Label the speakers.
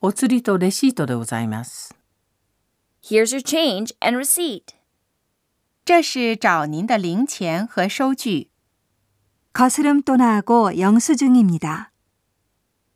Speaker 1: お釣りとレシートでございます。
Speaker 2: Here's your change and receipt.
Speaker 3: 这是找您的零钱和收据。
Speaker 4: 거스름돈하고 영수증입니다.